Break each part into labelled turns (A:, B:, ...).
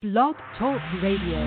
A: Blog Talk Radio.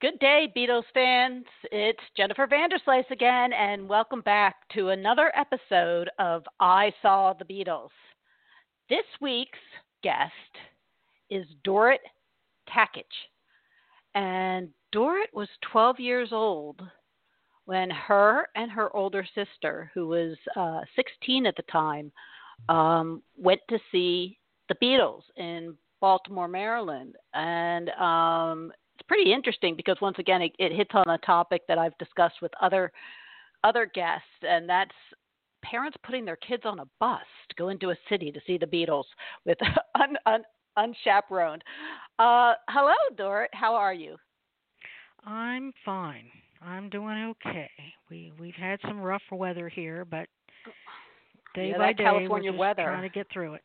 B: Good day, Beatles fans. It's Jennifer Vanderslice again, and welcome back to another episode of I Saw the Beatles. This week's guest is Dorrit Takich. And Dorrit was 12 years old when her and her older sister, who was uh, 16 at the time, um, went to see the Beatles in Baltimore, Maryland. And um, it's pretty interesting because once again it, it hits on a topic that I've discussed with other other guests, and that's parents putting their kids on a bus to go into a city to see the Beatles with un, un, unchaperoned. Uh, hello, Dorit. How are you?
C: I'm fine. I'm doing okay. We we've had some rough weather here, but day
B: Yeah,
C: by
B: that
C: day
B: California
C: we're just
B: weather.
C: trying to get through it.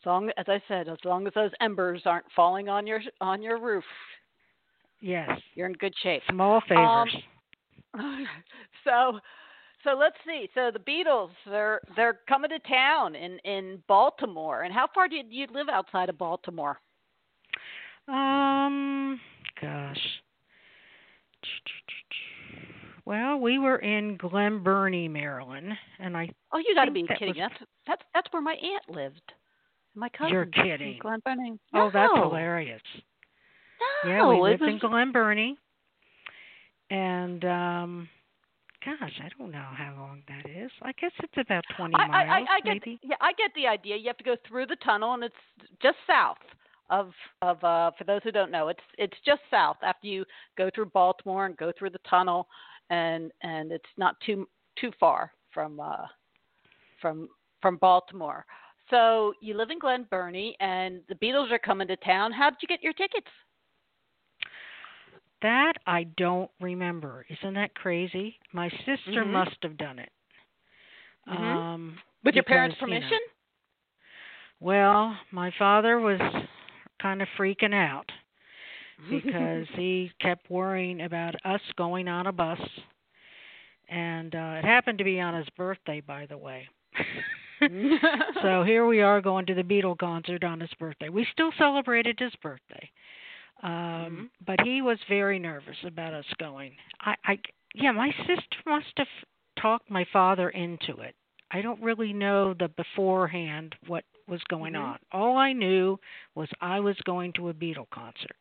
B: As long as I said, as long as those embers aren't falling on your on your roof,
C: Yes,
B: you're in good shape.
C: small favors.
B: so so let's see. So the Beatles they're they're coming to town in in Baltimore. And how far did you live outside of Baltimore?
C: Um, gosh. Well, we were in Glen Burnie, Maryland, and I
B: Oh, you got to be
C: think that
B: kidding.
C: was-
B: That's that's that's where my aunt lived. My cousin.
C: You're kidding.
B: Glen Burnie.
C: oh, that's
B: No.
C: hilarious.
B: No,
C: Yeah, we
B: Oh, it
C: lived
B: was,
C: in Glen Burnie. And um gosh, I don't know how long that is. I guess it's about twenty
B: I, I, I,
C: miles
B: I get
C: maybe.
B: yeah, I get the idea. You have to go through the tunnel, and it's just south of of uh, for those who don't know, it's it's just south after you go through Baltimore and go through the tunnel, and and it's not too too far from uh, from from Baltimore. So you live in Glen Burnie, and the Beatles are coming to town. How did you get your tickets?
C: That I don't remember. Isn't that crazy? My sister
B: Mhm.
C: must have done it.
B: Mhm.
C: Um
B: With your parents'
C: because, you know,
B: permission?
C: well, my father was kind of freaking out because he kept worrying about us going on a bus. And uh it happened to be on his birthday, by the way. so here we are going to the Beatle concert on his birthday. We still celebrated his birthday, um,
B: Mm-hmm.
C: but he was very nervous about us going. I, I, yeah, my sister must have talked my father into it. I don't really know the beforehand what was going
B: Mhm.
C: on. All I knew was I was going to a Beatle concert.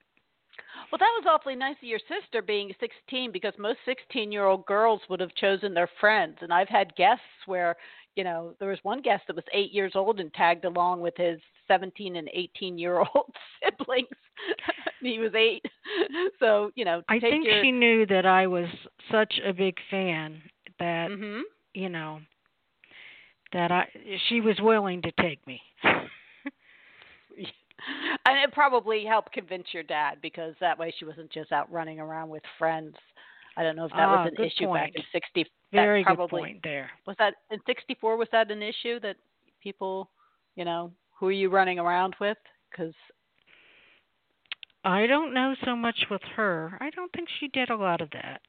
B: Well, that was awfully nice of your sister being 16 because most 16 year old girls would have chosen their friends. And I've had guests where, you know, there was one guest that was eight years old and tagged along with his 17 and 18 year old siblings. he was eight. So, you know,
C: I
B: take
C: think
B: your.
C: she knew that I was such a big fan that
B: hmm
C: you know that I she was willing to take me.
B: And it probably helped convince your dad because that way she wasn't just out running around with friends. I don't know if that
C: Ah,
B: was an
C: good
B: issue back
C: point.
B: in 60. that
C: Very good
B: probably-
C: point there.
B: was that in '64? Was that an issue that people, you know, who are you running around with? Because
C: I don't know so much with her. I don't think she did a lot of that.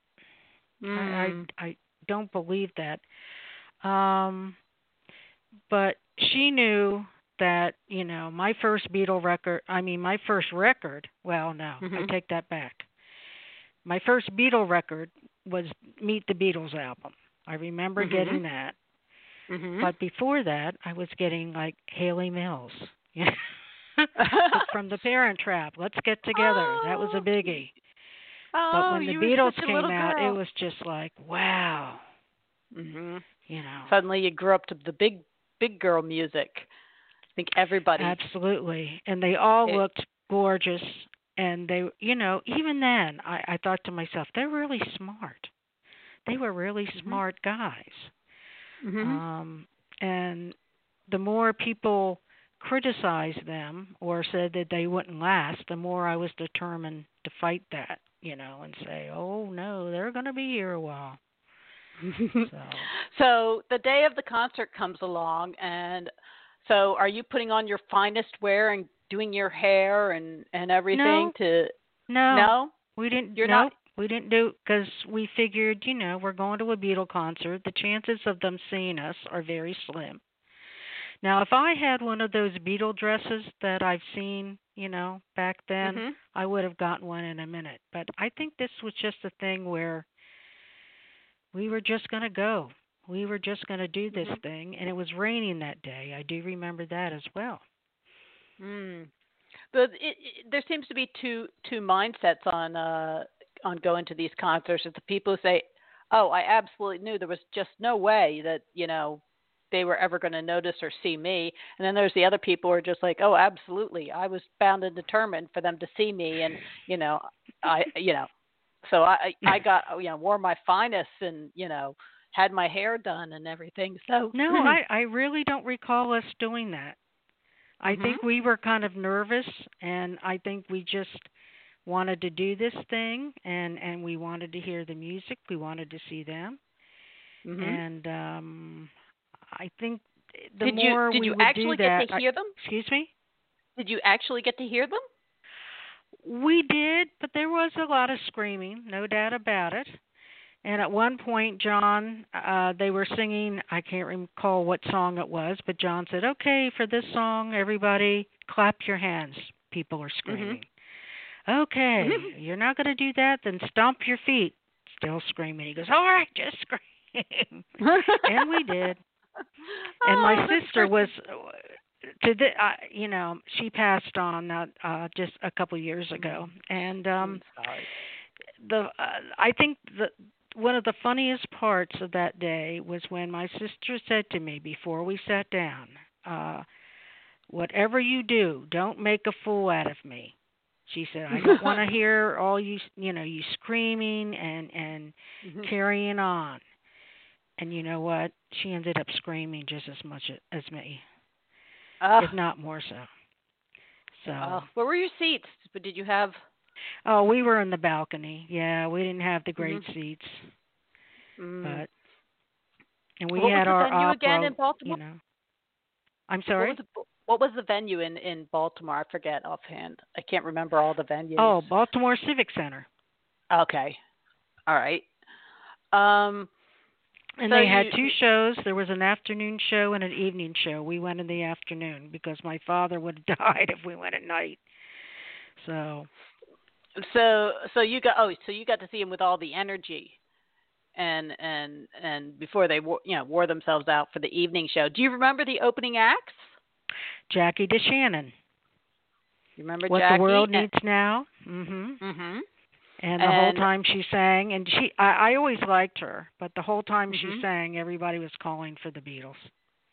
B: Mm.
C: I, I I don't believe that. Um but she knew that, you know, my first Beatle record, I mean my first record, well, no, I
B: Mhm.
C: take that back. My first Beatle record was Meet the Beatles album. I remember
B: Mhm.
C: getting that.
B: Mm-hmm.
C: But before that, I was getting like Haley Mills. from the Parent Trap. Let's get together. That was a
B: Oh.
C: biggie.
B: oh,
C: But when the
B: you
C: Beatles
B: were such a
C: came
B: little
C: out,
B: girl.
C: it was just like, wow, Mm-hmm.
B: hmm
C: you know,
B: Suddenly, you grew up to the big, big girl music. I think everybody.
C: absolutely. And they all
B: It-
C: looked gorgeous, and they, you know, even then, I, I thought to myself, they're really smart. They were really
B: Mm-hmm.
C: smart guys.
B: Mhm.
C: Um, and the more people criticized them or said that they wouldn't last, the more I was determined to fight that, you know, and say, oh no, they're going to be here a while. So,
B: so the day of the concert comes along, and So are you putting on your finest wear and doing your hair and and everything
C: No.
B: to
C: No,
B: no?
C: we didn't.
B: You're
C: no,
B: not-
C: we didn't do because we figured, you know, we're going to a Beatle concert. The chances of them seeing us are very slim. Now, if I had one of those Beatle dresses that I've seen, you know, back then,
B: Mhm.
C: I would have gotten one in a minute. But I think this was just a thing where we were just going to go. We were just going to do this
B: Mhm.
C: thing, and it was raining that day. I do remember that as well.
B: Mm. But it, it, there seems to be two two mindsets on uh, on going to these concerts. It's the people who say, "Oh, I absolutely knew there was just no way that you know they were ever going to notice or see me," and then there's the other people who are just like, "Oh, absolutely, I was bound and determined for them to see me," and you know, I you know, so I I I got oh, you know wore my finest and you know had my hair done and everything. So hmm.
C: No, I, I really don't recall us doing that. I think
B: Mhm.
C: we were kind of nervous, and I think we just wanted to do this thing, and and we wanted to hear the music, we wanted to see them,
B: Mhm.
C: and um, I think the
B: did
C: more
B: you did
C: we
B: you
C: would
B: actually
C: do that,
B: get to
C: I-
B: hear them?
C: excuse me,
B: Did you actually get to hear them?
C: we did, but there was a lot of screaming, no doubt about it. And at one point, John, uh, they were singing, I can't recall what song it was, but John said, okay, for this song, everybody clap your hands. People are screaming. Okay, you're not going to do that, then stomp your feet. Still screaming. He goes, all right, just scream. and we did. And my
B: Oh, that's
C: sister
B: great.
C: was, to the, uh, you know, she passed on uh, uh, just a couple years ago. And, um,
B: I'm sorry.
C: the uh, I think the one of the funniest parts of that day was when my sister said to me before we sat down, uh, "Whatever you do, don't make a fool out of me." She said, "I don't want to hear all you you know you screaming and and
B: Mhm.
C: carrying on." And you know what? She ended up screaming just as much as me,
B: Ugh.
C: if not uh, more so. So,
B: Ugh. Oh, where were your seats? But Did you have?
C: oh, we were in the balcony. Yeah, we didn't have the great
B: Mhm.
C: seats.
B: Mm.
C: but and we
B: what was
C: had
B: the
C: our
B: venue
C: opera,
B: again in Baltimore?
C: you know. I'm
B: what,
C: sorry.
B: was the, what was the venue in in Baltimore? I forget offhand. I can't remember all the venues.
C: Oh, Baltimore Civic Center,
B: okay, all right. Um,
C: and
B: So
C: they had
B: you-
C: two shows. There was an afternoon show and an evening show. We went in the afternoon because my father would have died if we went at night. So
B: so so you got oh so you got to see him with all the energy and and and before they wore, you know wore themselves out for the evening show do you remember the opening acts
C: Jackie DeShannon,
B: you remember
C: what
B: Jackie?
C: the world needs now. Mhm.
B: hmm
C: And the whole
B: And-
C: time she sang, and she, I, I always liked her, but the whole time she
B: Mhm.
C: sang, everybody was calling for the Beatles.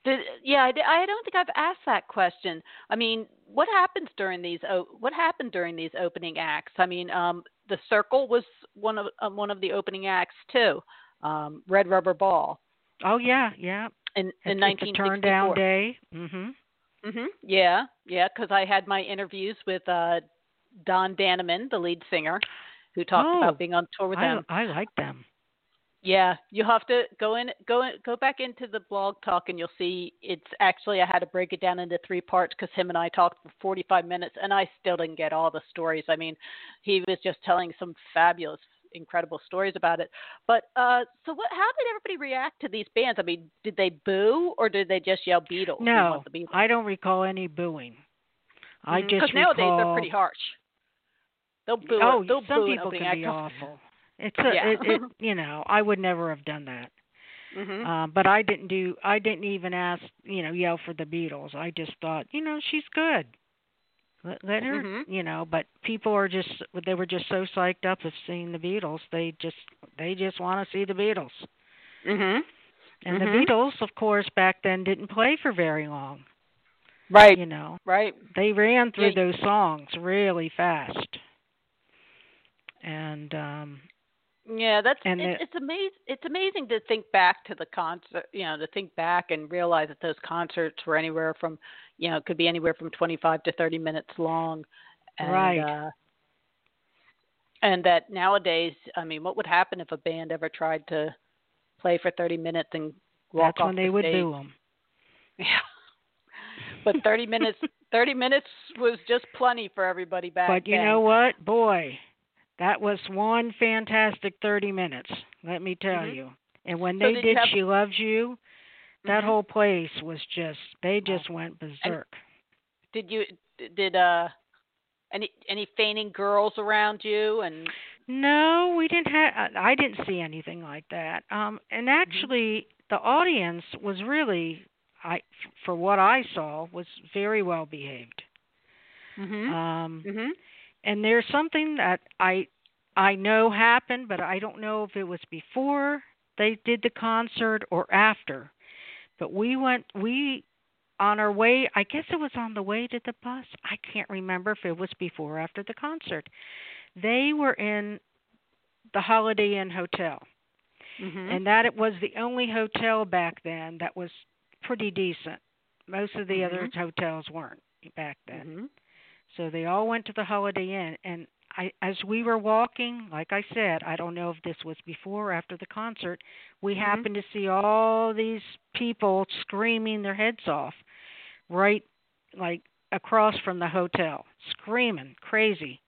B: Did, yeah, I, di- I don't think I've asked that question. I mean, what happens during these? o- What happened during these opening acts? I mean, um, the circle was one of um, one of the opening acts too. Um, Red Rubber Ball
C: Oh yeah, yeah.
B: in in
C: It's- it's a turn down
B: 1964.
C: day. Mhm.
B: hmm Yeah, yeah, because I had my interviews with uh, Don Daneman, the lead singer, who talked
C: Oh.
B: about being on tour with
C: I,
B: them.
C: I like them.
B: Yeah, you have to go in, go in, go back into the blog talk, and you'll see it's actually I had to break it down into three parts because him and I talked for 45 minutes, and I still didn't get all the stories. I mean, he was just telling some fabulous, incredible stories about it. But uh, so what? How did everybody react to these bands? I mean, did they boo or did they just yell Beatles? We
C: No,
B: want the Beatles.
C: I don't recall any booing. I
B: Mhm.
C: just
B: nowadays they're
C: recall-
B: pretty harsh. They'll boo.
C: Oh,
B: they'll
C: some
B: boo an
C: people
B: opening
C: can be
B: act.
C: awful. It's a,
B: Yeah.
C: it, it, you know, I would never have done that.
B: Mhm.
C: Um, but I didn't do, I didn't even ask, you know, yell for the Beatles. I just thought, you know, she's good. Let, let her,
B: Mhm.
C: you know. But people are just, they were just so psyched up of seeing the Beatles. They just, they just want to see the Beatles.
B: Mhm.
C: And
B: Mhm.
C: the Beatles, of course, back then didn't play for very long.
B: Right.
C: You know,
B: Right.
C: they ran through
B: Yeah.
C: those songs really fast and um
B: Yeah, that's
C: And
B: it,
C: the-
B: it's amazing. It's amazing to think back to the concert, you know, to think back and realize that those concerts were anywhere from, you know, it could be anywhere from 25 to 30 minutes long, and
C: Right.
B: uh, and that nowadays, I mean, what would happen if a band ever tried to play for 30 minutes and walk
C: that's
B: off
C: when they
B: the
C: would
B: stage?
C: boo them
B: Yeah. but 30 minutes 30 minutes was just plenty for everybody back
C: But you
B: then.
C: know what? Boy, that was one fantastic 30 minutes, let me tell
B: Mhm.
C: you. And when
B: So
C: they
B: did you
C: did
B: have-
C: She Loves You, that
B: Mhm.
C: whole place was just, they just went berserk.
B: did you did uh any any fainting girls around you and
C: No, we didn't have. I didn't see anything like that. Um, and actually, the audience was really, I, for what I saw, was very well behaved.
B: mhm
C: Um,
B: mhm
C: and there's something that I, I know happened, but I don't know if it was before they did the concert or after. But we went, we, on our way, I guess it was on the way to the bus. I can't remember if it was before or after the concert. They were in the Holiday Inn Hotel
B: mhm
C: and that it was the only hotel back then that was pretty decent. Most of the other
B: Mhm.
C: hotels weren't back then.
B: mhm
C: So they all went to the Holiday Inn and I as we were walking, like I said, I don't know if this was before or after the concert, we
B: Mhm.
C: happened to see all these people screaming their heads off right like across from the hotel, screaming crazy.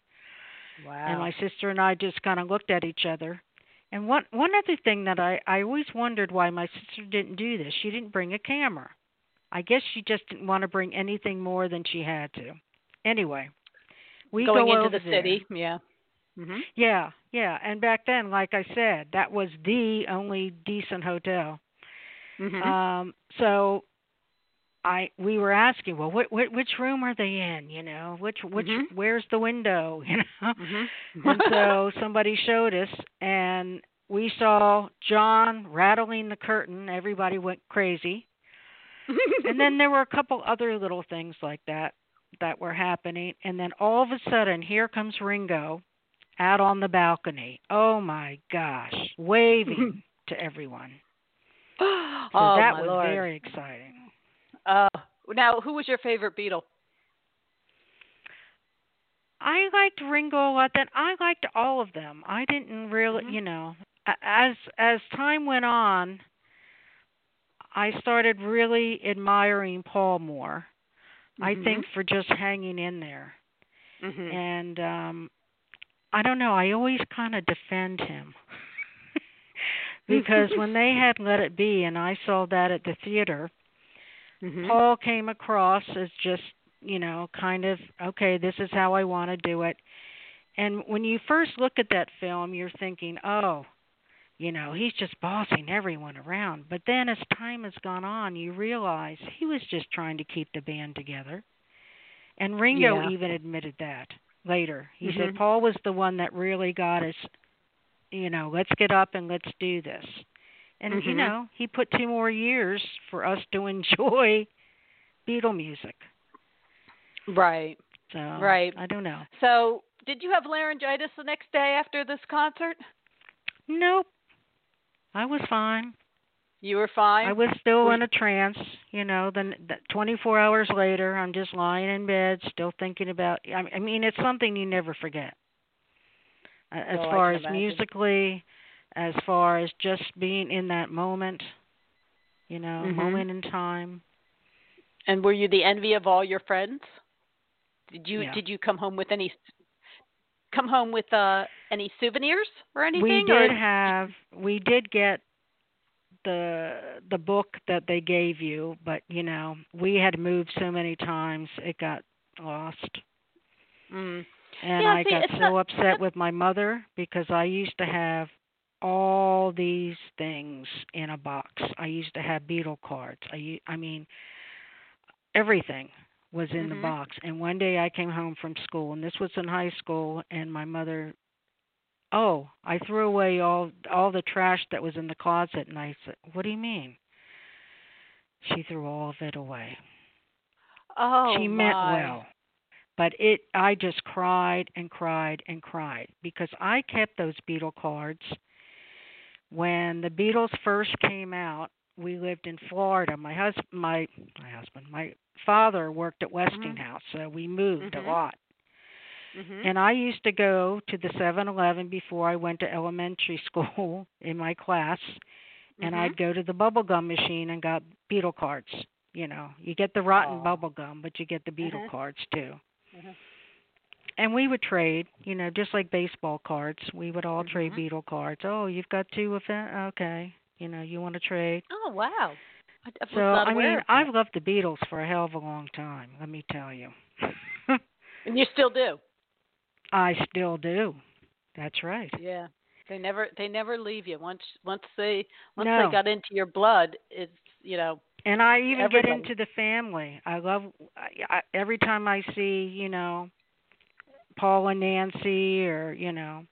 B: wow
C: And my sister and I just kind of looked at each other. And one one other thing that I I always wondered why my sister didn't do this. She didn't bring a camera. I guess she just didn't want to bring anything more than she had to. Anyway, we
B: going
C: go
B: into
C: over
B: the
C: there.
B: city yeah mhm
C: Yeah, yeah. And back then, like I said, that was the only decent hotel.
B: mhm
C: Um, so I we were asking, well, what, what which room are they in? You know, which which
B: Mhm.
C: where's the window? You know.
B: mhm
C: and so somebody showed us, and we saw John rattling the curtain. Everybody went crazy. And then there were a couple other little things like that that were happening. And then all of a sudden, here comes Ringo out on the balcony. Oh my gosh, waving to everyone.
B: oh
C: So that
B: my
C: was
B: lord
C: very exciting.
B: uh now who was your favorite beetle
C: I liked Ringo a lot. Then I liked all of them. I didn't really,
B: Mhm.
C: you know, a- as as time went on, I started really admiring Paul more.
B: Mm-hmm.
C: I think for just hanging in there,
B: mhm
C: and um I don't know. I always kind of defend him because when they had Let It Be, and I saw that at the theater,
B: mhm
C: Paul came across as just, you know, kind of, okay, this is how I want to do it. And when you first look at that film, you're thinking, oh, you know, he's just bossing everyone around. But then as time has gone on, you realize he was just trying to keep the band together. And Ringo
B: Yeah.
C: even admitted that later. He
B: Mhm.
C: said Paul was the one that really got us, you know, let's get up and let's do this. And you
B: Mhm.
C: know, he put two more years for us to enjoy Beatle music.
B: right
C: So
B: Right.
C: I don't know.
B: so did you have laryngitis the next day after this concert
C: Nope. I was fine.
B: you were fine
C: I was still
B: Were
C: in
B: you-
C: a trance, you know. Then the 24 hours later, I'm just lying in bed, still thinking about. I I mean, it's something you never forget. A- As
B: No, Oh, I
C: far
B: can
C: as
B: imagine.
C: musically, as far as just being in that moment, you know,
B: Mhm.
C: moment in time.
B: And were you the envy of all your friends? Did you
C: Yeah.
B: did you come home with any come home with uh any souvenirs or anything?
C: we
B: or-
C: did have, we did get the the book that they gave you, but you know, we had moved so many times, it got lost.
B: Mm.
C: And
B: Yeah,
C: I
B: see,
C: got
B: it's
C: so
B: not-
C: upset with my mother because I used to have all these things in a box. I used to have beetle cards. I u- I mean everything was in
B: Mhm.
C: the box. And one day I came home from school and this was in high school and my mother oh, I threw away all all the trash that was in the closet and I said, "What do you mean?" She threw all of it away
B: Oh,
C: she meant
B: my.
C: well but it i just cried and cried and cried because i kept those beatle cards when the beatles first came out we lived in florida my husband my my husband my father worked at
B: Mm-hmm.
C: westinghouse so we moved
B: Mhm.
C: a lot
B: Mhm.
C: and i used to go to the 7-eleven before i went to elementary school in my class and
B: Mhm.
C: i'd go to the bubblegum machine and got beetle cards You know, you get the rotten
B: Aw.
C: bubble gum, but you get the Beatle
B: Uh-huh.
C: cards too.
B: Mhm.
C: And we would trade, you know, just like baseball cards. We would all trade
B: Mhm.
C: Beatle cards. Oh, you've got two of that. Okay, you know, you want to trade.
B: Oh wow. I, I was
C: So
B: not
C: I
B: aware
C: mean,
B: of that.
C: I've loved the Beatles for a hell of a long time. Let me tell you,
B: and you still do.
C: I still do. That's right.
B: Yeah. They never they never leave you. Once once they once
C: No.
B: they got into your blood, it's you know.
C: and I even
B: Everybody.
C: get into the family. I love I, I, every time I see you know Paul and Nancy or you know,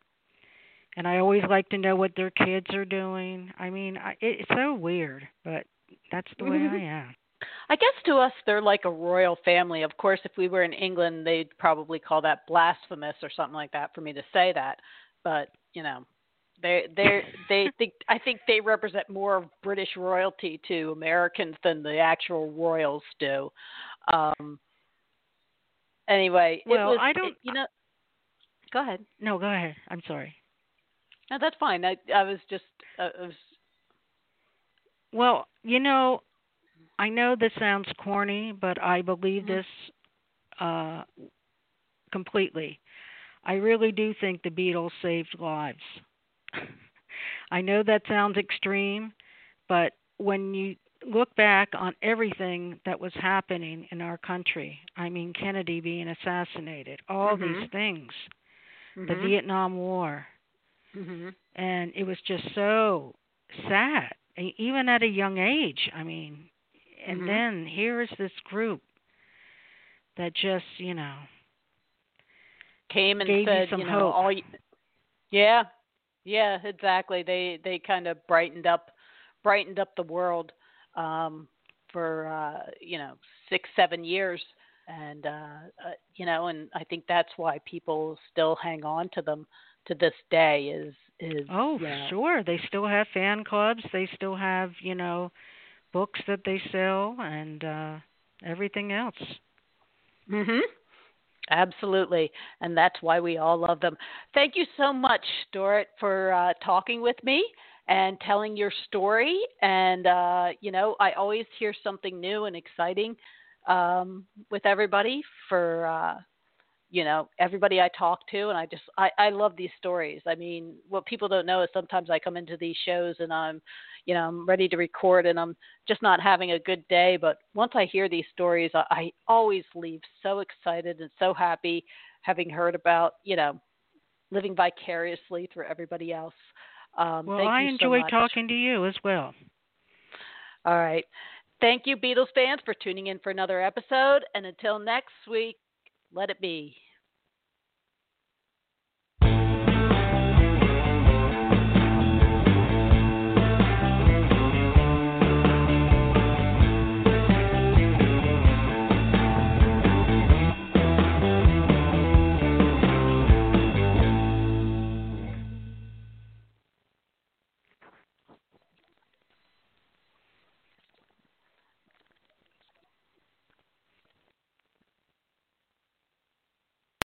C: and I always like to know what their kids are doing. I mean, I, it, it's so weird, but that's the way I am.
B: I guess to us they're like a royal family. Of course, if we were in England, they'd probably call that blasphemous or something like that for me to say that. But, you know, they they they think I think they represent more of British royalty to Americans than the actual royals do. Um anyway, it
C: Well,
B: was-
C: I don't-
B: it- you know Go ahead.
C: No, go ahead. I'm sorry.
B: No, that's fine. I I was just uh, I was
C: Well, you know, I know this sounds corny, but I believe
B: Mhm.
C: this uh, completely. I really do think the Beatles saved lives. I know that sounds extreme, but when you look back on everything that was happening in our country, I mean, Kennedy being assassinated, all these
B: Mhm.
C: things, the
B: mm-hmm.
C: Vietnam War,
B: Mhm.
C: and it was just so sad e- even at a young age i mean and
B: Mhm.
C: then here is this group that just you know
B: came and
C: gave you
B: said,
C: some
B: you know,
C: hope.
B: all you, yeah, yeah, exactly. They they kind of brightened up, brightened up the world um, for uh, you know six seven years, and uh, uh, you know, and I think that's why people still hang on to them to this day. Is is
C: oh
B: you know,
C: sure they still have fan clubs they still have you know books that they sell and uh everything else
B: Mhm. Absolutely, and that's why we all love them. Thank you so much, Dorit, for uh, talking with me and telling your story. And uh, you know, I always hear something new and exciting um, with everybody. For uh, you know, everybody I talk to, and I just I, I love these stories. I mean, what people don't know is sometimes I come into these shows and I'm, you know, I'm ready to record and I'm just not having a good day. But once I hear these stories, I, I always leave so excited and so happy having heard about, you know, living vicariously through everybody else. Um,
C: well
B: thank
C: i
B: you so
C: enjoy
B: much.
C: talking to you as well
B: All right. Thank you, Beatles fans, for tuning in for another episode. And until next week, let it be.